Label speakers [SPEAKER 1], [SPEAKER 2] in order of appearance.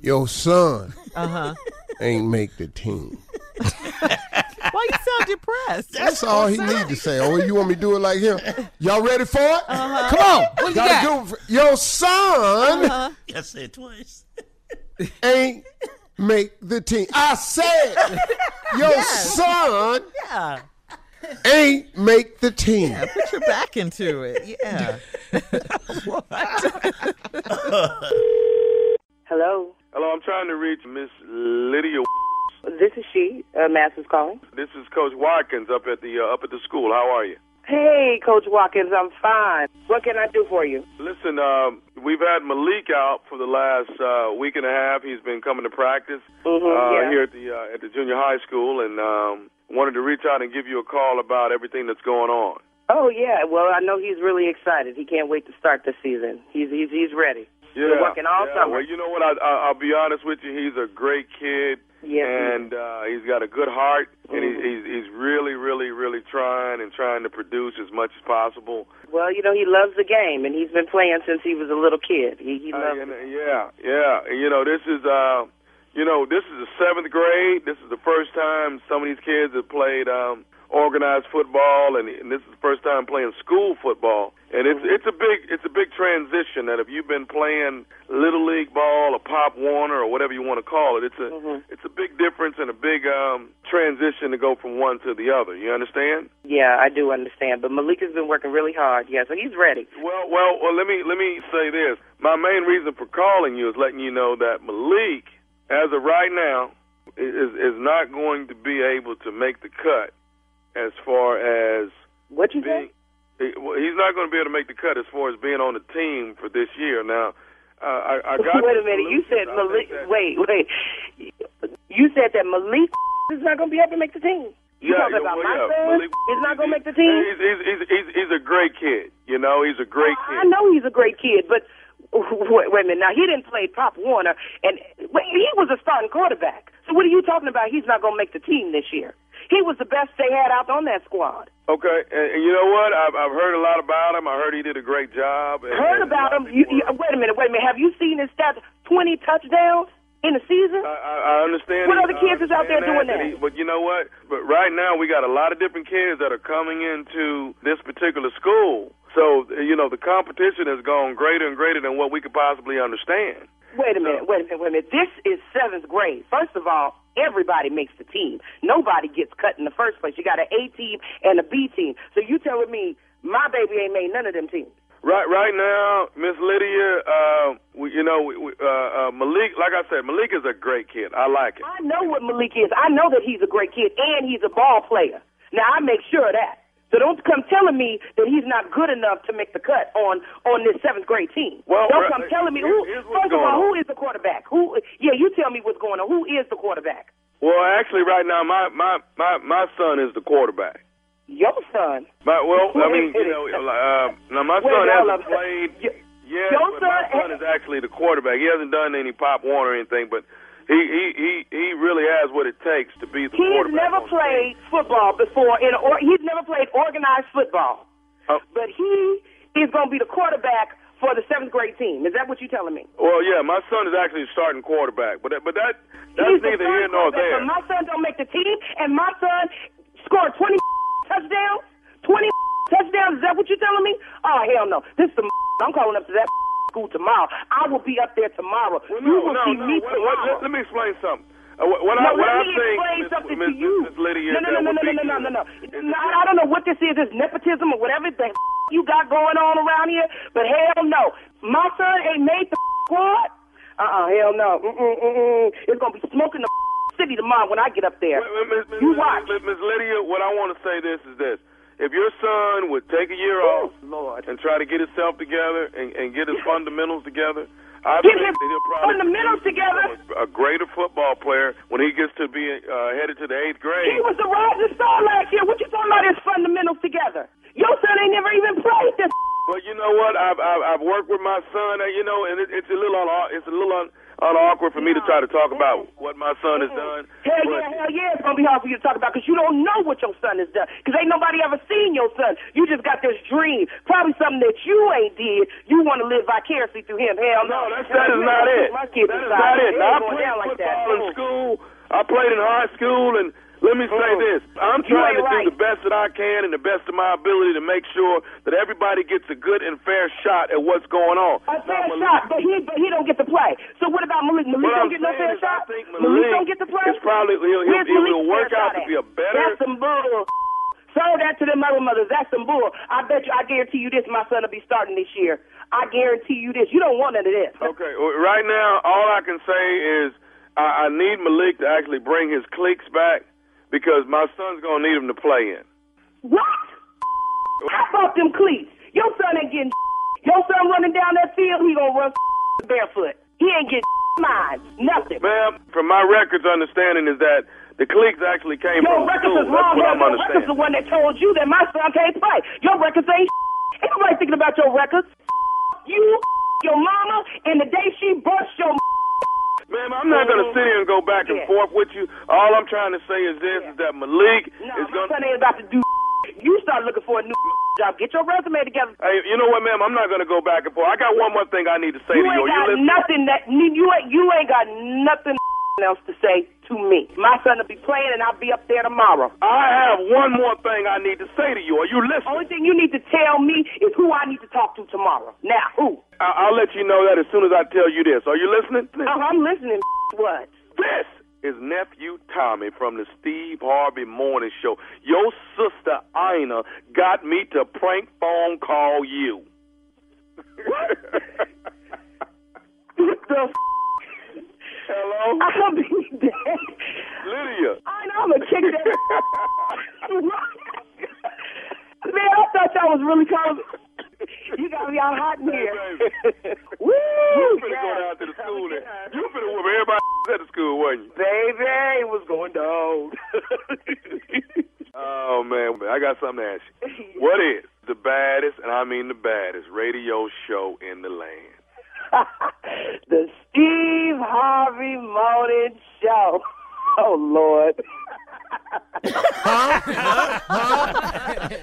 [SPEAKER 1] Your son
[SPEAKER 2] Uh huh.
[SPEAKER 1] ain't make the team.
[SPEAKER 2] Why you sound depressed?
[SPEAKER 1] That's all he need to say. Oh, you want me to do it like him? Y'all ready for it? Come on.
[SPEAKER 3] Uh-huh. you
[SPEAKER 1] Gotta
[SPEAKER 3] got? Uh-huh.
[SPEAKER 1] do it for- Your son
[SPEAKER 4] I said it twice.
[SPEAKER 1] ain't make the team. I said your son
[SPEAKER 2] Yeah.
[SPEAKER 1] ain't make the team.
[SPEAKER 2] Put your back into it. Yeah.
[SPEAKER 5] Hello.
[SPEAKER 6] Hello, I'm trying to reach Miss Lydia.
[SPEAKER 5] This is she. Uh, Masters calling.
[SPEAKER 6] This is Coach Watkins up at the uh, up at the school. How are you?
[SPEAKER 5] Hey, Coach Watkins, I'm fine. What can I do for you?
[SPEAKER 6] Listen, um, we've had Malik out for the last uh, week and a half. He's been coming to practice
[SPEAKER 5] Mhm,
[SPEAKER 6] uh,
[SPEAKER 5] yeah.
[SPEAKER 6] here at the uh, at the junior high school, and um, wanted to reach out and give you a call about everything that's going on.
[SPEAKER 5] Oh yeah. Well, I know he's really excited. He can't wait to start the season. He's he's he's ready.
[SPEAKER 6] Yeah,
[SPEAKER 5] Been working all
[SPEAKER 6] yeah.
[SPEAKER 5] summer.
[SPEAKER 6] Well, you know what? I, I, I'll be honest with you. He's a great kid,
[SPEAKER 5] Yes, he is. Mm-hmm.
[SPEAKER 6] and uh, he's got a good heart, and he, he's he's really, really, really trying and trying to produce as much as possible.
[SPEAKER 5] Well, you know he loves the game, and he's been playing since he was a little kid. He he
[SPEAKER 6] Uh,
[SPEAKER 5] loves. it.
[SPEAKER 6] and, uh, yeah, yeah. And, you know, this is uh, you know, this is the seventh grade. This is the first time some of these kids have played um, organized football, and, and this is the first time playing school football. And it's
[SPEAKER 5] Mm-hmm.
[SPEAKER 6] it's a big it's a big transition. That if you've been playing little league ball or Pop Warner or whatever you want to call it, it's a
[SPEAKER 5] Mm-hmm.
[SPEAKER 6] it's a big difference and a big um, transition to go from one to the other. You understand?
[SPEAKER 5] Yeah, I do understand. But Malik has been working really hard. Yeah, so he's ready.
[SPEAKER 6] Well, well, well. Let me let me say this. My main reason for calling you is letting you know that Malik, as of right now, i- is is not going to be able to make the cut as far as
[SPEAKER 5] What you
[SPEAKER 6] being.
[SPEAKER 5] say?
[SPEAKER 6] he- well, He's not going to be able to make the cut as far as being on the team for this year. Now, uh, I, I got.
[SPEAKER 5] wait a
[SPEAKER 6] the
[SPEAKER 5] minute. You
[SPEAKER 6] solutions.
[SPEAKER 5] said
[SPEAKER 6] I think
[SPEAKER 5] Malik.
[SPEAKER 6] that-
[SPEAKER 5] Wait, wait. You said that Malik is not going to be able to make the team. You
[SPEAKER 6] yeah,
[SPEAKER 5] talking about
[SPEAKER 6] well,
[SPEAKER 5] my
[SPEAKER 6] yeah,
[SPEAKER 5] son?
[SPEAKER 6] Malik-
[SPEAKER 5] is not going to make
[SPEAKER 6] he's-
[SPEAKER 5] the team.
[SPEAKER 6] He's, he's, he's, he's, he's a great kid. You know, he's a great kid.
[SPEAKER 5] I know he's a great kid, but wait, wait a minute. Now he didn't play Pop Warner, and wait, he was a starting quarterback. So what are you talking about? He's not going to make the team this year. He was the best they had out on that squad.
[SPEAKER 6] Okay, and, and you know what? I've, I've heard a lot about him. I heard he did a great job. And,
[SPEAKER 5] Heard
[SPEAKER 6] and uh,
[SPEAKER 5] about
[SPEAKER 6] a
[SPEAKER 5] him?
[SPEAKER 6] lot of
[SPEAKER 5] You,
[SPEAKER 6] people
[SPEAKER 5] you,
[SPEAKER 6] were-
[SPEAKER 5] wait a minute, wait a minute. Have you seen his stats? Twenty touchdowns in a season.
[SPEAKER 6] I, I I understand.
[SPEAKER 5] What
[SPEAKER 6] he-
[SPEAKER 5] other
[SPEAKER 6] I
[SPEAKER 5] kids is out there doing
[SPEAKER 6] understand and
[SPEAKER 5] that?
[SPEAKER 6] he- but you know what? But right now we got a lot of different kids that are coming into this particular school. So you know the competition has gone greater and greater than what we could possibly understand.
[SPEAKER 5] Wait a minute, wait a minute, wait a minute. This is seventh grade. First of all, everybody makes the team. Nobody gets cut in the first place. You got an A team and a B team. So you telling me my baby ain't made none of them teams?
[SPEAKER 6] Right, right now, Miss Lydia, uh, we, you know, we, we, uh, uh, Malik. Like I said, Malik is a great kid. I like him.
[SPEAKER 5] I know what Malik is. I know that he's a great kid and he's a ball player. Now I make sure of that. So don't come telling me that he's not good enough to make the cut on on this seventh grade team.
[SPEAKER 6] Well,
[SPEAKER 5] don't
[SPEAKER 6] right,
[SPEAKER 5] come telling me
[SPEAKER 6] here-
[SPEAKER 5] who.
[SPEAKER 6] here's what's
[SPEAKER 5] First of
[SPEAKER 6] going
[SPEAKER 5] all, who
[SPEAKER 6] on.
[SPEAKER 5] is the quarterback? Who? Yeah, you tell me what's going on. Who is the quarterback?
[SPEAKER 6] Well, actually, right now, my my my my son is the quarterback.
[SPEAKER 5] Your son.
[SPEAKER 6] My, well, I
[SPEAKER 5] Wait
[SPEAKER 6] mean,
[SPEAKER 5] a
[SPEAKER 6] you
[SPEAKER 5] minute.
[SPEAKER 6] know, uh, now my
[SPEAKER 5] Wait,
[SPEAKER 6] son
[SPEAKER 5] hold up.
[SPEAKER 6] hasn't played.
[SPEAKER 5] Y-
[SPEAKER 6] Yeah,
[SPEAKER 5] your
[SPEAKER 6] but my
[SPEAKER 5] son-
[SPEAKER 6] son is actually the quarterback. He hasn't done any pop Warner or anything, but he he he he really has what it takes to be the
[SPEAKER 5] He's
[SPEAKER 6] quarterback.
[SPEAKER 5] never
[SPEAKER 6] on the
[SPEAKER 5] played
[SPEAKER 6] team.
[SPEAKER 5] football before. In or he's never played organized football.
[SPEAKER 6] Oh.
[SPEAKER 5] But he is going to be the quarterback for the seventh grade team. Is that what you're telling me?
[SPEAKER 6] Well, yeah, my son is actually starting quarterback, but that- but that that's
[SPEAKER 5] He's the
[SPEAKER 6] neither
[SPEAKER 5] third
[SPEAKER 6] here nor
[SPEAKER 5] quarterback,
[SPEAKER 6] there.
[SPEAKER 5] But my son don't make the team, and my son scored 20 touchdowns. 20 touchdowns. Is that what you're telling me? Oh hell no! This is the. I'm calling up to that school tomorrow. I will be up there tomorrow.
[SPEAKER 6] Well,
[SPEAKER 5] you
[SPEAKER 6] no,
[SPEAKER 5] will
[SPEAKER 6] no,
[SPEAKER 5] see
[SPEAKER 6] no.
[SPEAKER 5] me
[SPEAKER 6] What- what-
[SPEAKER 5] tomorrow.
[SPEAKER 6] let, let me explain something. Uh, what what I
[SPEAKER 5] No,
[SPEAKER 6] what
[SPEAKER 5] let
[SPEAKER 6] I
[SPEAKER 5] me
[SPEAKER 6] think,
[SPEAKER 5] explain
[SPEAKER 6] Miss-
[SPEAKER 5] something
[SPEAKER 6] Miss,
[SPEAKER 5] to you.
[SPEAKER 6] Miss Lydia,
[SPEAKER 5] no, no,
[SPEAKER 6] that
[SPEAKER 5] no, no,
[SPEAKER 6] would
[SPEAKER 5] no,
[SPEAKER 6] be
[SPEAKER 5] no, no, no, no,
[SPEAKER 6] good
[SPEAKER 5] no.
[SPEAKER 6] is
[SPEAKER 5] No,
[SPEAKER 6] if-
[SPEAKER 5] I I don't know what this is. This nepotism or whatever the you got going on around here, but hell no. My son ain't made the squad. Uh-uh, hell no. Mm-mm, mm-mm. It's gonna be smoking the city tomorrow when I get up there.
[SPEAKER 6] Wait, wait, Miss-
[SPEAKER 5] You
[SPEAKER 6] Miss-
[SPEAKER 5] watch.
[SPEAKER 6] Miss Miss Lydia, what I want to say this is this. If your son would take a year
[SPEAKER 5] Oh,
[SPEAKER 6] off
[SPEAKER 5] Lord.
[SPEAKER 6] and try to get himself together and, and get his fundamentals together, I
[SPEAKER 5] Get
[SPEAKER 6] think
[SPEAKER 5] his
[SPEAKER 6] that he'll probably
[SPEAKER 5] fundamentals
[SPEAKER 6] become
[SPEAKER 5] together?
[SPEAKER 6] A, a greater football player when he gets to be uh, headed to the eighth grade.
[SPEAKER 5] He was the rising star last year. What you talking about? His fundamentals together. Your son ain't never even played this.
[SPEAKER 6] But you know what? I've I've, I've worked with my son, and you know, and it, it's a little un, it's a little un, unawkward for me to try to talk about what my son has done.
[SPEAKER 5] Hell
[SPEAKER 6] but-
[SPEAKER 5] yeah, hell yeah, it's gonna be hard for you to talk about because you don't know what your son has done. Because ain't nobody ever seen your son. You just got this dream, probably something that you ain't did. You want to live vicariously through him. Hell no,
[SPEAKER 6] No, that's, that is not it.
[SPEAKER 5] My
[SPEAKER 6] That
[SPEAKER 5] kid
[SPEAKER 6] is
[SPEAKER 5] inside.
[SPEAKER 6] not it.
[SPEAKER 5] It
[SPEAKER 6] Now, I
[SPEAKER 5] ain't going
[SPEAKER 6] played
[SPEAKER 5] down like that.
[SPEAKER 6] football in
[SPEAKER 5] Mm.
[SPEAKER 6] school. I played in high school, and let me say
[SPEAKER 5] Mm.
[SPEAKER 6] this: I'm
[SPEAKER 5] You
[SPEAKER 6] trying to
[SPEAKER 5] ain't right.
[SPEAKER 6] do the best that I can and the best of my ability to make sure that everybody gets a good and fair shot at what's going on.
[SPEAKER 5] A fair
[SPEAKER 6] Now, Malik-
[SPEAKER 5] shot, but he but he don't get to play. So what about Malik? Malik
[SPEAKER 6] What I'm
[SPEAKER 5] don't get no
[SPEAKER 6] saying
[SPEAKER 5] fair
[SPEAKER 6] is
[SPEAKER 5] shot.
[SPEAKER 6] I think
[SPEAKER 5] Malik
[SPEAKER 6] Malik
[SPEAKER 5] don't get to play.
[SPEAKER 6] is probably- he'll- he'll-
[SPEAKER 5] Where's
[SPEAKER 6] it will
[SPEAKER 5] Malik's
[SPEAKER 6] work
[SPEAKER 5] fair
[SPEAKER 6] out
[SPEAKER 5] shot
[SPEAKER 6] to
[SPEAKER 5] at?
[SPEAKER 6] be a better-
[SPEAKER 5] That's some bull. Sold that to them other mothers. That's some bull. I bet you. I guarantee you this. My son will be starting this year. I guarantee you this. You don't want none of this.
[SPEAKER 6] Okay, well, right now, all I can say is I, I need Malik to actually bring his cliques back because my son's gonna need him to play in.
[SPEAKER 5] What? How about them cleats? Your son ain't getting. Your son running down that field. He gonna run barefoot. He ain't getting mine. Nothing.
[SPEAKER 6] Ma'am, from my records, understanding is that the cliques actually came
[SPEAKER 5] Your
[SPEAKER 6] from
[SPEAKER 5] records is
[SPEAKER 6] school.
[SPEAKER 5] wrong.
[SPEAKER 6] That's
[SPEAKER 5] Your
[SPEAKER 6] what I'm
[SPEAKER 5] records the
[SPEAKER 6] understanding.
[SPEAKER 5] one that told you that my son can't play. Your records ain't. Ain't nobody thinking about your records. You, your mama, and the day she bust your.
[SPEAKER 6] Ma'am, I'm not going to sit here and go back and
[SPEAKER 5] Yeah.
[SPEAKER 6] forth with you. All I'm trying to say is this: is that Malik
[SPEAKER 5] No,
[SPEAKER 6] is
[SPEAKER 5] my
[SPEAKER 6] going.
[SPEAKER 5] son ain't about to do. You start looking for a new job. Get your resume together.
[SPEAKER 6] Hey, you know what, ma'am? I'm not going to go back and forth. I got one more thing I need to say
[SPEAKER 5] You
[SPEAKER 6] to you.
[SPEAKER 5] ain't
[SPEAKER 6] Are you
[SPEAKER 5] got nothing
[SPEAKER 6] listening?
[SPEAKER 5] that you ain't you ain't got nothing else to say to me. My son will be playing, and I'll be up there tomorrow.
[SPEAKER 6] I have one more thing I need to say to you. Are you listening?
[SPEAKER 5] Only thing you need to tell me is who I need to talk to tomorrow. Now, who?
[SPEAKER 6] I- I'll let you know that as soon as I tell you this. Are you listening?
[SPEAKER 5] Oh, I'm listening. What?
[SPEAKER 6] This is nephew Tommy from the Steve Harvey Morning Show. Your sister Ina got me to prank phone call you.
[SPEAKER 5] What the f-
[SPEAKER 6] Hello,
[SPEAKER 5] I'll be dead.
[SPEAKER 6] Lydia.
[SPEAKER 5] I know I'm gonna kick that. Man, I thought y'all was really calling. You got me all hot in here. Woo!
[SPEAKER 6] You finna go
[SPEAKER 5] yeah.
[SPEAKER 6] down to the school and you finna whoop everybody at the school, wasn't you?
[SPEAKER 5] Baby, what's going down?
[SPEAKER 6] Oh man, I got something to ask you. What is the baddest, and I mean the baddest, radio show in the land?
[SPEAKER 5] the Steve Harvey Morning Show. Oh, Lord.
[SPEAKER 1] Huh? huh?